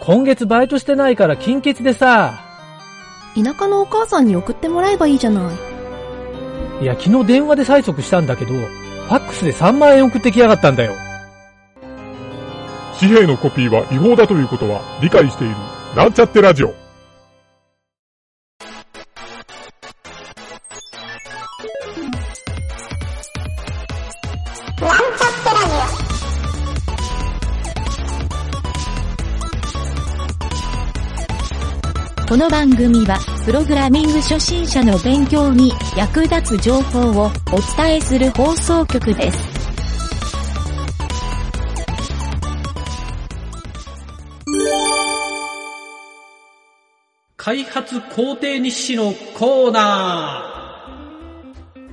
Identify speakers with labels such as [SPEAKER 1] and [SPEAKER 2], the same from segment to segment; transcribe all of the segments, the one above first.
[SPEAKER 1] 今月バイトしてないから金欠でさ。
[SPEAKER 2] 田舎のお母さんに送ってもらえばいいじゃない。
[SPEAKER 1] いや、昨日電話で催促したんだけど、ファックスで3万円送ってきやがったんだよ。
[SPEAKER 3] 紙幣のコピーは違法だということは理解している。なんちゃってラジオ。
[SPEAKER 4] この番組は、プログラミング初心者の勉強に役立つ情報をお伝えする放送局です。
[SPEAKER 5] 開発工程日誌のコーナ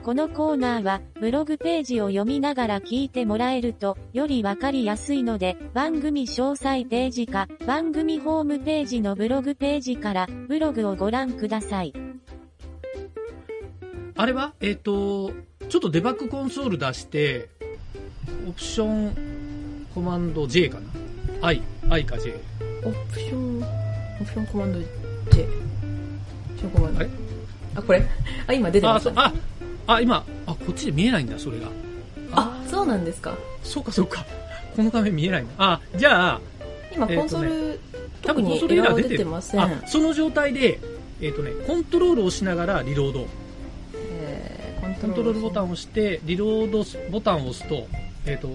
[SPEAKER 4] このコーナーは、ブログページを読みながら聞いてもらえると、よりわかりやすいので、番組詳細ページか、番組ホームページのブログページから、ブログをご覧ください。
[SPEAKER 5] ー。あれはえっ、と、ちょっとデバッグコンソール出して、オプションコマンド J かな ?I、I か J。
[SPEAKER 6] オプション、オプションコマンド J。オプションコマンド。
[SPEAKER 5] あれ
[SPEAKER 6] あこれあ、今出て
[SPEAKER 5] あ
[SPEAKER 6] ま
[SPEAKER 5] そう、
[SPEAKER 6] す
[SPEAKER 5] あ、あ、今、あ、こっちで見えないんだ、それが。
[SPEAKER 6] あ、そうなんですか。
[SPEAKER 5] そうかそうか。 この画面見えないんだ。あ、じゃあ、
[SPEAKER 6] 今、
[SPEAKER 5] えーとね
[SPEAKER 6] コンソール、
[SPEAKER 5] 多
[SPEAKER 6] 特
[SPEAKER 5] 分コン
[SPEAKER 6] に
[SPEAKER 5] ソール
[SPEAKER 6] エ
[SPEAKER 5] エラ
[SPEAKER 6] ラー
[SPEAKER 5] ー
[SPEAKER 6] は
[SPEAKER 5] 出
[SPEAKER 6] 出
[SPEAKER 5] てる。
[SPEAKER 6] てません。
[SPEAKER 5] あ、その状態で、えっ、とね、コントロールを押しながらリロード。
[SPEAKER 6] えー
[SPEAKER 5] コントロールボタンを押して、リロードボタンを押すと、えっ、と、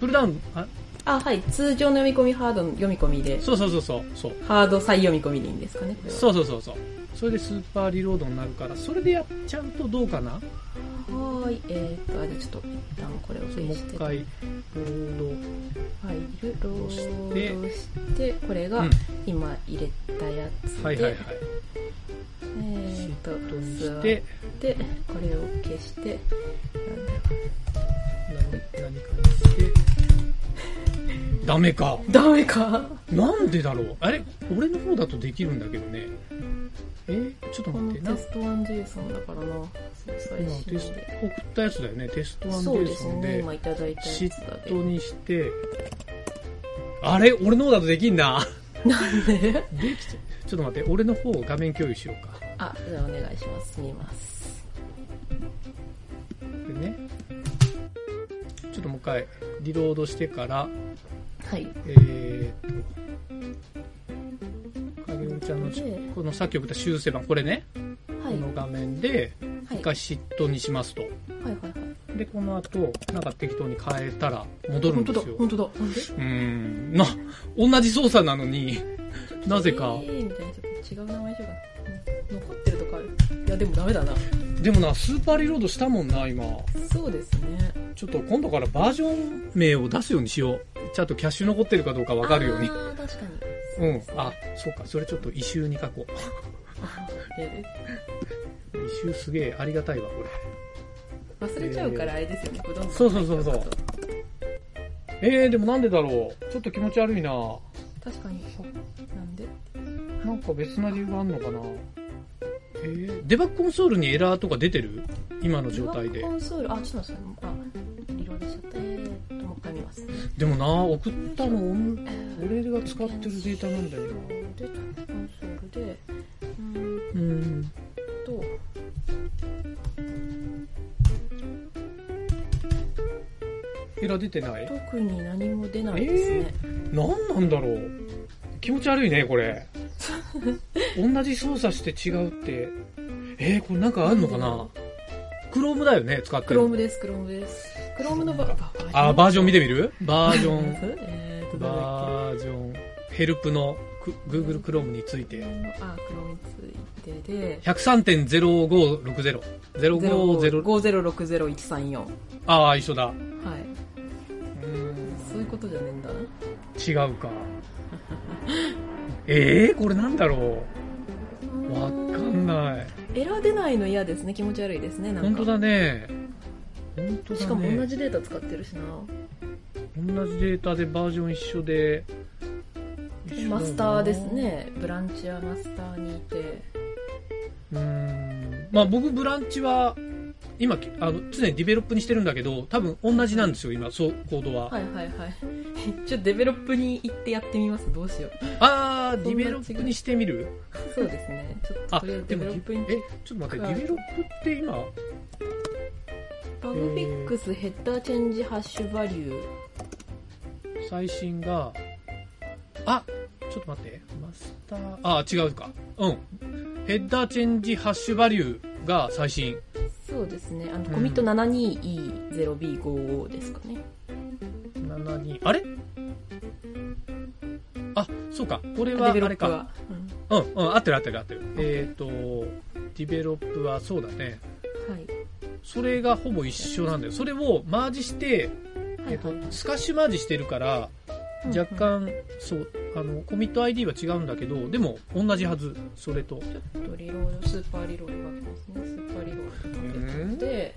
[SPEAKER 5] プルダウン、あ、
[SPEAKER 6] あ、はい。通常の読み込み、ハードの読み込みで、
[SPEAKER 5] そうそうそうそう、そう。
[SPEAKER 6] ハード再読み込みでいいんですかね、これは。
[SPEAKER 5] そうそうそうそうそれでスーパーリロードになるからそれでやっちゃうとどうかな
[SPEAKER 6] はーい。えーと、あ、じゃあちょっと、一旦これを
[SPEAKER 5] それもう一
[SPEAKER 6] はい。
[SPEAKER 5] 回ロード
[SPEAKER 6] ロードして、これ
[SPEAKER 5] う
[SPEAKER 6] が
[SPEAKER 5] ん
[SPEAKER 6] 今入れたやつで、
[SPEAKER 5] はいはいはい
[SPEAKER 6] えーと、
[SPEAKER 5] と
[SPEAKER 6] 座
[SPEAKER 5] し
[SPEAKER 6] って
[SPEAKER 5] て、
[SPEAKER 6] これを消して、なんだろう
[SPEAKER 5] 何何かにしてダメか
[SPEAKER 6] ダメか。
[SPEAKER 5] なんでだろうあれ俺の方だとできるんだけどねえちょっと
[SPEAKER 6] この
[SPEAKER 5] 待っ
[SPEAKER 6] テ
[SPEAKER 5] てな
[SPEAKER 6] スト 1JSON だからな。最
[SPEAKER 5] 今
[SPEAKER 6] 新
[SPEAKER 5] テス
[SPEAKER 6] で。
[SPEAKER 5] ト送ったやつだよねテスト
[SPEAKER 6] そうです
[SPEAKER 5] 1
[SPEAKER 6] ね。
[SPEAKER 5] で
[SPEAKER 6] 今いただいたやつ
[SPEAKER 5] シ
[SPEAKER 6] だ
[SPEAKER 5] ッ
[SPEAKER 6] で
[SPEAKER 5] ト。にしてあれ俺の方だとできんな
[SPEAKER 6] なんで
[SPEAKER 5] できちゃうちょっと待って俺の方を画面共有しようか
[SPEAKER 6] あ、じゃあお願いします。見ます。
[SPEAKER 5] でねちょっともう一回リロードしてから
[SPEAKER 6] はい。
[SPEAKER 5] えー、っと影尾ちゃんの
[SPEAKER 6] で
[SPEAKER 5] このさっき送った修正版これね、
[SPEAKER 6] はい。
[SPEAKER 5] この画面で
[SPEAKER 6] は
[SPEAKER 5] 一
[SPEAKER 6] い。は
[SPEAKER 5] 回シットにしますと
[SPEAKER 6] いはいはい。
[SPEAKER 5] でこの後なんか適当に変えたら戻るん
[SPEAKER 6] 本当
[SPEAKER 5] で
[SPEAKER 6] だ
[SPEAKER 5] すよ。
[SPEAKER 6] 本当だ。なんで
[SPEAKER 5] うーんな同じ操作なのになぜか
[SPEAKER 6] えーみたいな。ちょっと違う名前しようかな。残ってるとかある。いや、でもダメだな。
[SPEAKER 5] でもなスーパーリロードしたもんな今
[SPEAKER 6] そうですね。
[SPEAKER 5] ちょっと今度からバージョン名を出すようにしようちゃんとキャッシュ残ってるかどうかわかるように
[SPEAKER 6] あー確かに。
[SPEAKER 5] うんあそうかそれちょっと異臭に書こう
[SPEAKER 6] え
[SPEAKER 5] 一周すげえありがたいわこ
[SPEAKER 6] ー忘れちゃうからあれですよね。これどんどん
[SPEAKER 5] そうそうそうそうれえー、でもなんでだろうちょっと気持ち悪いな
[SPEAKER 6] 確かに。なんで
[SPEAKER 5] なんか別な理由があんのかなえー、デバッグコンソールにエラーとか出てる今の状態で
[SPEAKER 6] コンソール、あ、ちょっと待ってください。あ、リロードしちゃった。えーっと、もう一回見ます。
[SPEAKER 5] でもな送ったの俺が使ってるデータなんだよな
[SPEAKER 6] で、コンソールで、うーん
[SPEAKER 5] うん
[SPEAKER 6] と、
[SPEAKER 5] エラー出てない
[SPEAKER 6] 特に何も出ないですね。
[SPEAKER 5] 何なんだろう気持ち悪いねこ れ同じ操作して違うってえー、これなんかあんのかなクロームだよね使って
[SPEAKER 6] ク
[SPEAKER 5] る
[SPEAKER 6] ロー
[SPEAKER 5] の
[SPEAKER 6] ムです、クロームです。クロームのババージョン。
[SPEAKER 5] あーバージョン見てみるバージョン
[SPEAKER 6] えーっと、どれだっ
[SPEAKER 5] バージョンヘルプのく Google Chrome につい
[SPEAKER 6] け
[SPEAKER 5] て
[SPEAKER 6] あ、クロームついてで、
[SPEAKER 5] 103.0560 050
[SPEAKER 6] 05060134134。は
[SPEAKER 5] ああ一緒だ
[SPEAKER 6] い。そういうことじゃねえんだな。
[SPEAKER 5] 違う かええこれなんだろうわかんない
[SPEAKER 6] エラー出ないの嫌ですね。気持ち悪いですね。なんか
[SPEAKER 5] 本当だね本当だね
[SPEAKER 6] しかも同じデータ使ってるしな。
[SPEAKER 5] 同じデータでバージョン一緒で一緒だな
[SPEAKER 6] マスターですね。ブランチはマスターにいて。
[SPEAKER 5] うーんまあ僕ブランチは今あの常にディベロップにしてるんだけど多分同じなんですよ今そうコードは
[SPEAKER 6] はいはいはい。ちょっとデベロップに行ってやってみます。どうしよう。
[SPEAKER 5] あー、ディベロップにしてみる
[SPEAKER 6] そうですね。ちょっと
[SPEAKER 5] あ、
[SPEAKER 6] とりあえず
[SPEAKER 5] で
[SPEAKER 6] デベ
[SPEAKER 5] も
[SPEAKER 6] ロップに、
[SPEAKER 5] え、ちょっと待って、
[SPEAKER 6] は
[SPEAKER 5] デ
[SPEAKER 6] い
[SPEAKER 5] ィベロップって今、
[SPEAKER 6] バグフィックスヘッダーチェンジハッシュバリュー。
[SPEAKER 5] 最新が、あ、ちょっと待って、マスター、あ、違うか。うん。ヘッダーチェンジハッシュバリューが最新。
[SPEAKER 6] そうですね。あの、
[SPEAKER 5] うん
[SPEAKER 6] コミット 72E0B55 ですかね。
[SPEAKER 5] 72、あれあ、そうか。これ
[SPEAKER 6] デ
[SPEAKER 5] は、あ
[SPEAKER 6] ベロッ
[SPEAKER 5] れ
[SPEAKER 6] プ
[SPEAKER 5] か。
[SPEAKER 6] は。うん
[SPEAKER 5] うん、うん、合ってる合ってる合ってる。えっ、と、ディベロップはそうだね。
[SPEAKER 6] はい。
[SPEAKER 5] それがほぼ一緒なんだよ。それをマージして、
[SPEAKER 6] は
[SPEAKER 5] え
[SPEAKER 6] い
[SPEAKER 5] っと
[SPEAKER 6] はい。
[SPEAKER 5] スカッシュマージしてるから、
[SPEAKER 6] うん
[SPEAKER 5] 若干、そう、あの、コミット ID は違うんだけど、でも同じはず、それと。
[SPEAKER 6] ちょっとリロード、スーパーリロードが来ますね。スーパーリロードかけて、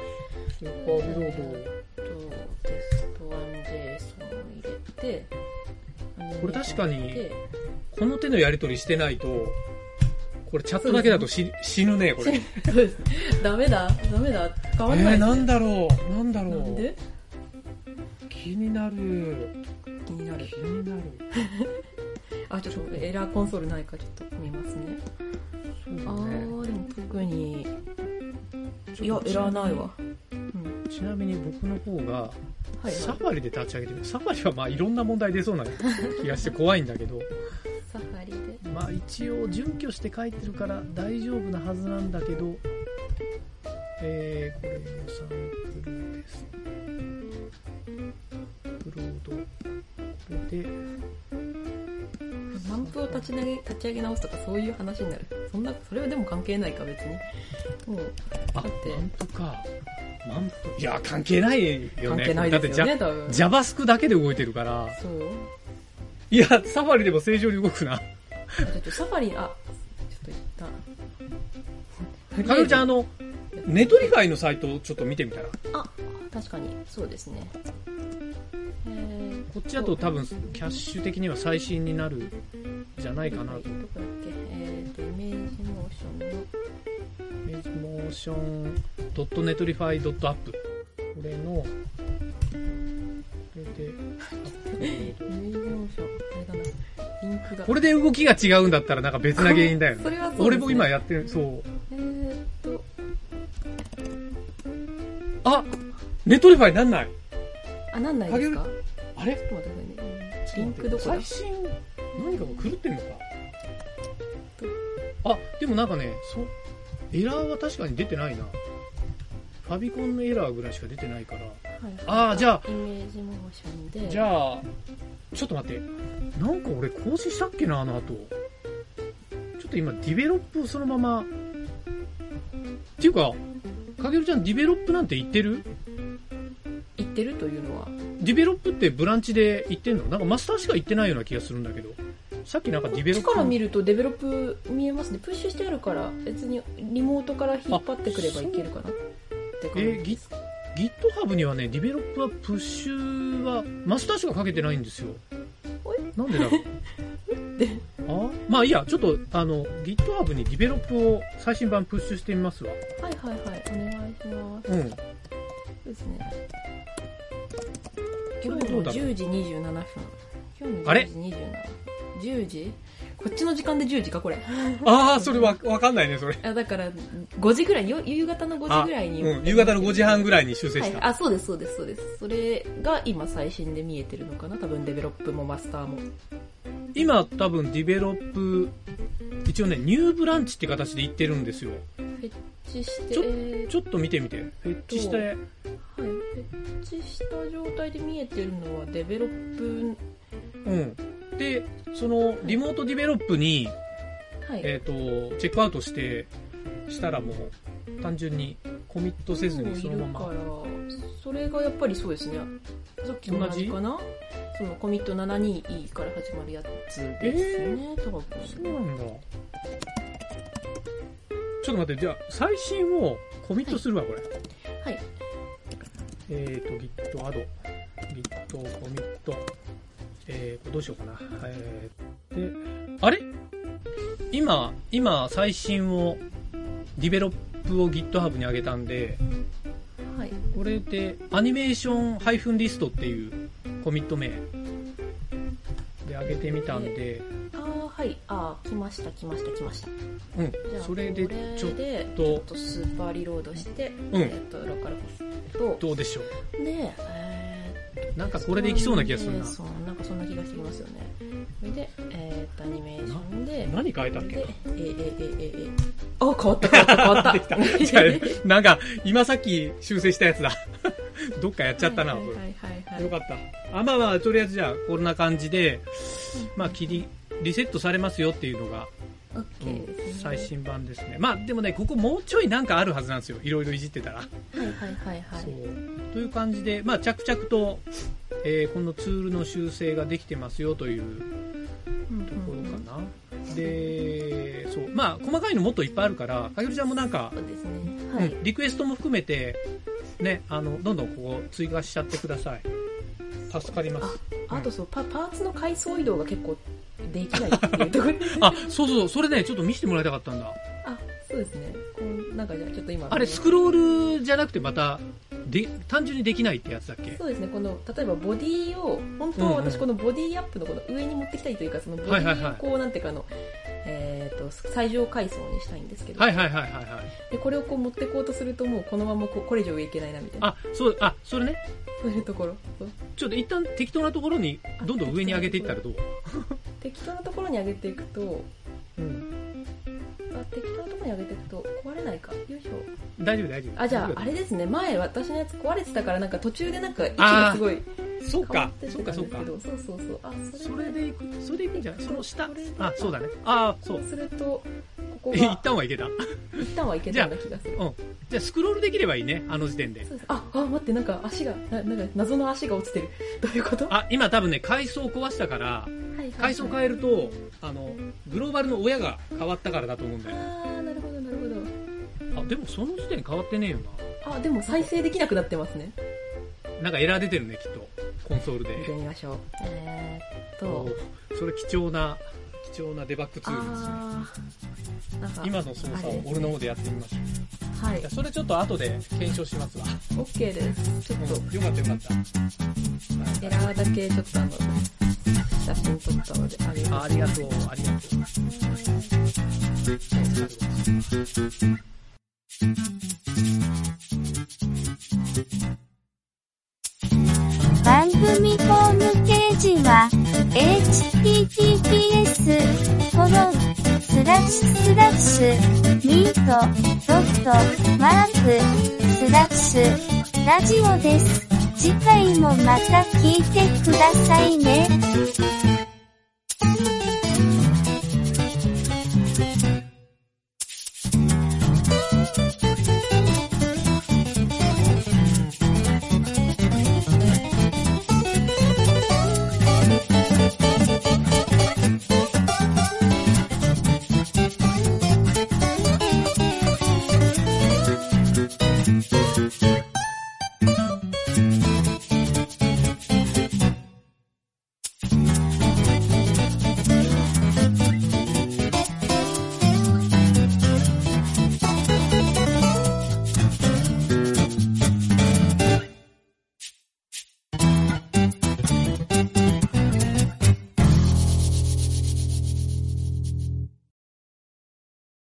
[SPEAKER 6] 横リロードとテスト 1JSON を入れて、
[SPEAKER 5] これ確かに
[SPEAKER 6] で
[SPEAKER 5] この手のやり取りしてないと、これチャットだけだとし死ぬね、これ。
[SPEAKER 6] そうですね ダメだ、ダメだ、変わんない
[SPEAKER 5] えー、
[SPEAKER 6] ですね
[SPEAKER 5] なんだろう、なんだろ
[SPEAKER 6] なん
[SPEAKER 5] う。
[SPEAKER 6] で
[SPEAKER 5] 気になる。
[SPEAKER 6] 気になる
[SPEAKER 5] 気。になる。
[SPEAKER 6] あ、ちょっとエラーコンソールないかちょっと見ますね。
[SPEAKER 5] そう
[SPEAKER 6] あ
[SPEAKER 5] だね。
[SPEAKER 6] ー、でも特に、い
[SPEAKER 5] ちょ
[SPEAKER 6] や
[SPEAKER 5] っ、と
[SPEAKER 6] エラーないわ。うん。
[SPEAKER 5] ちなみに僕の方が、
[SPEAKER 6] はい、
[SPEAKER 5] サ
[SPEAKER 6] サ
[SPEAKER 5] ファリで立ち上げてみる。サファリはまあいろんな問題出そうな気がして怖いんだけど、
[SPEAKER 6] ファリで。
[SPEAKER 5] まあ一応準拠して書いてるから大丈夫なはずなんだけど、えー、これもサンプルです。アップロード。これで、
[SPEAKER 6] マンプを立ち上げ立ち上げ直すとかそういう話になるそんなそれはでも関係ないか別にもう
[SPEAKER 5] あ、
[SPEAKER 6] だって
[SPEAKER 5] マンプか。マンプ。いや、関係ないよね。
[SPEAKER 6] 関係ないですよね多
[SPEAKER 5] だっ
[SPEAKER 6] 分
[SPEAKER 5] てジャ、ジャバスクだけで動いてるから。
[SPEAKER 6] そう
[SPEAKER 5] いや、サファリでも正常に動くな。
[SPEAKER 6] あちょっとサファリあちょっと一旦
[SPEAKER 5] かのりちゃん、あの、ネトリファイのサイトをちょっと見てみたら。
[SPEAKER 6] あ確かにそうですねえー、
[SPEAKER 5] こっちだと多分、キャッシュ的には最新になるんじゃないかな
[SPEAKER 6] ど
[SPEAKER 5] と。
[SPEAKER 6] こだっけえーとイメージモーションの
[SPEAKER 5] モーション .netrify.app。これの、これで、
[SPEAKER 6] イメージモーションあれだなリンクが
[SPEAKER 5] これで動きが違うんだったらなんか別な原因だよね。
[SPEAKER 6] それはそうですね
[SPEAKER 5] 俺も今やってる、そう。
[SPEAKER 6] えーと
[SPEAKER 5] あネトリファイなんない
[SPEAKER 6] あなんないですか
[SPEAKER 5] あれ
[SPEAKER 6] ちょっと待ってくださいねリンクどこだ
[SPEAKER 5] 最新何かが狂ってんのかあでもなんかねそエラーは確かに出てないなファビコンのエラーぐらいしか出てないから
[SPEAKER 6] はいはい
[SPEAKER 5] ああじゃ
[SPEAKER 6] イメージモーションで
[SPEAKER 5] あじゃあちょっと待ってなんか俺更新したっけなあの後ちょっと今ディベロップをそのままっていうかかげるちゃんディベロップなんて言ってる
[SPEAKER 6] 行ってるというのは
[SPEAKER 5] ディベロップってブランチで言ってんのなんかマスターしか言ってないような気がするんだけど。さっきなんかディベロップ。
[SPEAKER 6] こっちから見るとデベロップ見えますねプッシュしてあるから別にリモートから引っ張ってくればいけるかなって感じ
[SPEAKER 5] えー、ギ GitHub にはね、ディベロップはプッシュはマスターしかかけてないんですよ
[SPEAKER 6] おい。
[SPEAKER 5] なんでだろう。あまあいいや、ちょっとあの GitHub にディベロップを最新版プッシュしてみますわ。
[SPEAKER 6] はいはいはいお願いします
[SPEAKER 5] うん。
[SPEAKER 6] そうですね
[SPEAKER 5] こ
[SPEAKER 6] 今
[SPEAKER 5] れ
[SPEAKER 6] 日
[SPEAKER 5] どう
[SPEAKER 6] の
[SPEAKER 5] だろう
[SPEAKER 6] 10時27分今日の
[SPEAKER 5] あれ
[SPEAKER 6] 10時27分10時こっちの時間で10時かこれ
[SPEAKER 5] ああ、それわわかんないね、それ。
[SPEAKER 6] あだから5時ぐらいよ夕方の5時ぐらいに
[SPEAKER 5] うん、夕方の5時半ぐらいに修正
[SPEAKER 6] は
[SPEAKER 5] し
[SPEAKER 6] い、
[SPEAKER 5] た。
[SPEAKER 6] あそうですそうですそうですそれが今最新で見えてるのかな多分デベロップもマスターも
[SPEAKER 5] 今多分ディベロップ、一応ね、ニューブランチって形で言ってるんですよ。
[SPEAKER 6] フェッチして
[SPEAKER 5] ちょ
[SPEAKER 6] えー
[SPEAKER 5] ちょっと見てみて。フェッチして。
[SPEAKER 6] はい、設置した状態で見えてるのはデベロップ、
[SPEAKER 5] うん、でそのリモートディベロップに、
[SPEAKER 6] はい、
[SPEAKER 5] えー、とチェックアウトしてしたらもう単純にコミットせずにそのま
[SPEAKER 6] い
[SPEAKER 5] ま
[SPEAKER 6] るからそれがやっぱりそうですねさっきと同じかなそのコミット 72E から始まるやつですね、多分
[SPEAKER 5] そうなんだちょっと待ってじゃあ最新をコミットするわこれ
[SPEAKER 6] はい
[SPEAKER 5] えっ、と Git アド Git コミットえー、これどうしようかなえー、であれ今今最新をディベロップを GitHub に上げたんで、
[SPEAKER 6] はい
[SPEAKER 5] これでアニメーションハイフンリストっていうコミット名で上げてみたんで、
[SPEAKER 6] あーはいあー来ました来ました来ました
[SPEAKER 5] うん
[SPEAKER 6] じゃあ、
[SPEAKER 5] それで
[SPEAKER 6] これ
[SPEAKER 5] ちょっ
[SPEAKER 6] でちょ
[SPEAKER 5] と
[SPEAKER 6] っ、とスーパーリロードして、
[SPEAKER 5] ん
[SPEAKER 6] えっとローカルコスト
[SPEAKER 5] どうでしょう。
[SPEAKER 6] とで、え
[SPEAKER 5] なん
[SPEAKER 6] ー
[SPEAKER 5] かこれでいきそうな気がするな。
[SPEAKER 6] そうなんかそんな気がしてきますよねそれでえーっとアニメーションで
[SPEAKER 5] 何変えたっけ
[SPEAKER 6] でえー、えー、えー、えー、えーあ変わった変わった変わった
[SPEAKER 5] できた。違うなんか、今さっき修正したやつだ。 どっかやっちゃったな、
[SPEAKER 6] はい
[SPEAKER 5] こ
[SPEAKER 6] はい
[SPEAKER 5] れ。
[SPEAKER 6] はいはい、
[SPEAKER 5] よかった。あ、まあまあ、とりあえずじゃあ、こんな感じで、まあ、切り、リセットされますよっていうのが、
[SPEAKER 6] オッケーですね
[SPEAKER 5] 最新版ですね。まあ、でもね、ここもうちょいなんかあるはずなんですよ。いろいろいじってたら。
[SPEAKER 6] はいはいはいはい
[SPEAKER 5] そう。という感じで、まあ、着々と、えーこのツールの修正ができてますよという
[SPEAKER 6] うんうん
[SPEAKER 5] ところかな。で、そう。まあ、細かいのもっといっぱいあるから、かぎるちゃんもなんか、
[SPEAKER 6] そうですねはい、
[SPEAKER 5] うんリクエストも含めて、ね、あの、どんどんここ追加しちゃってください。助かります。
[SPEAKER 6] あとそうパパーツの階層移動が結構できないっていうところ
[SPEAKER 5] あ、そうそう、それね、ちょっと見せてもらいたかったんだ。
[SPEAKER 6] あそうですねこうなんかじゃあちょっと今
[SPEAKER 5] あれ、スクロールじゃなくてまた、で、単純にできないってやつだっけ
[SPEAKER 6] そうですねこの例えばボディを本当は
[SPEAKER 5] うんうん
[SPEAKER 6] 私このボディアップのこの上に持ってきたいというかそのボデ
[SPEAKER 5] はいはいは
[SPEAKER 6] ィ
[SPEAKER 5] い
[SPEAKER 6] をこうなんていうかあの、えっ、と最上階層にしたいんですけど、
[SPEAKER 5] はいはいはいはいはい。
[SPEAKER 6] でこれをこう持ってこうとするともうこのままこうこれ以上上いけないなみたいな
[SPEAKER 5] あ、そう、あ、それね、
[SPEAKER 6] そういうところそう
[SPEAKER 5] ちょっと一旦適当なところに、どんどん上に上げていったらどう
[SPEAKER 6] 適当なところに上げていくと
[SPEAKER 5] うん。
[SPEAKER 6] あ適当なところに上げていくと壊れないかよいしょ
[SPEAKER 5] 大丈夫大丈夫。
[SPEAKER 6] あじゃああれですね前私のやつ壊れてたからなんか途中でなんか位置がすごい
[SPEAKER 5] そう
[SPEAKER 6] 変わ
[SPEAKER 5] か
[SPEAKER 6] って、って
[SPEAKER 5] そうか
[SPEAKER 6] た
[SPEAKER 5] そ
[SPEAKER 6] ん
[SPEAKER 5] う
[SPEAKER 6] です
[SPEAKER 5] か
[SPEAKER 6] け。どそうそうそうあ
[SPEAKER 5] それでいく、それでいくんじゃないその下
[SPEAKER 6] これ。
[SPEAKER 5] あ、そうだね。あー、そ
[SPEAKER 6] そうう。するとここ
[SPEAKER 5] 一
[SPEAKER 6] が
[SPEAKER 5] 旦はいけた。
[SPEAKER 6] 一旦はいけたような気がする
[SPEAKER 5] じゃあ、スクロールできればいいね、あの時点で。
[SPEAKER 6] そうですああ待ってなんか足がななんか謎の足が落ちてる どういうこと
[SPEAKER 5] あ、今多分ね、階層壊したから、階層変えると、あの、グローバルの親が変わったからだと思うんだよ。
[SPEAKER 6] ああなるほどなるほ
[SPEAKER 5] あ、でもその時点変わってねえよ
[SPEAKER 6] どあでも再生できなくなってますね
[SPEAKER 5] な。なんかエラー出てるね、きっと。コンソール
[SPEAKER 6] 見て
[SPEAKER 5] で。
[SPEAKER 6] みましょうえー、っ
[SPEAKER 5] お
[SPEAKER 6] と
[SPEAKER 5] ーそれ貴重な、貴重なデバッグツールですね。
[SPEAKER 6] あーなんか
[SPEAKER 5] 今の操作
[SPEAKER 6] あれ
[SPEAKER 5] を俺の方でやってみましょう。
[SPEAKER 6] はいい
[SPEAKER 5] やそれちょっと後で検証しますわ。
[SPEAKER 6] OK ですちょっと
[SPEAKER 5] うん、よかったよかった。
[SPEAKER 6] エラーだけちょっとあの写真撮ったのであげ
[SPEAKER 5] あ
[SPEAKER 6] ま
[SPEAKER 5] あ
[SPEAKER 6] す
[SPEAKER 5] りがとう、ありがとう。
[SPEAKER 7] 番組ホームページは https コロンスラッシュスラッシュミートドットマークスラッシュラジオです。次回もまた聞いてくださいね。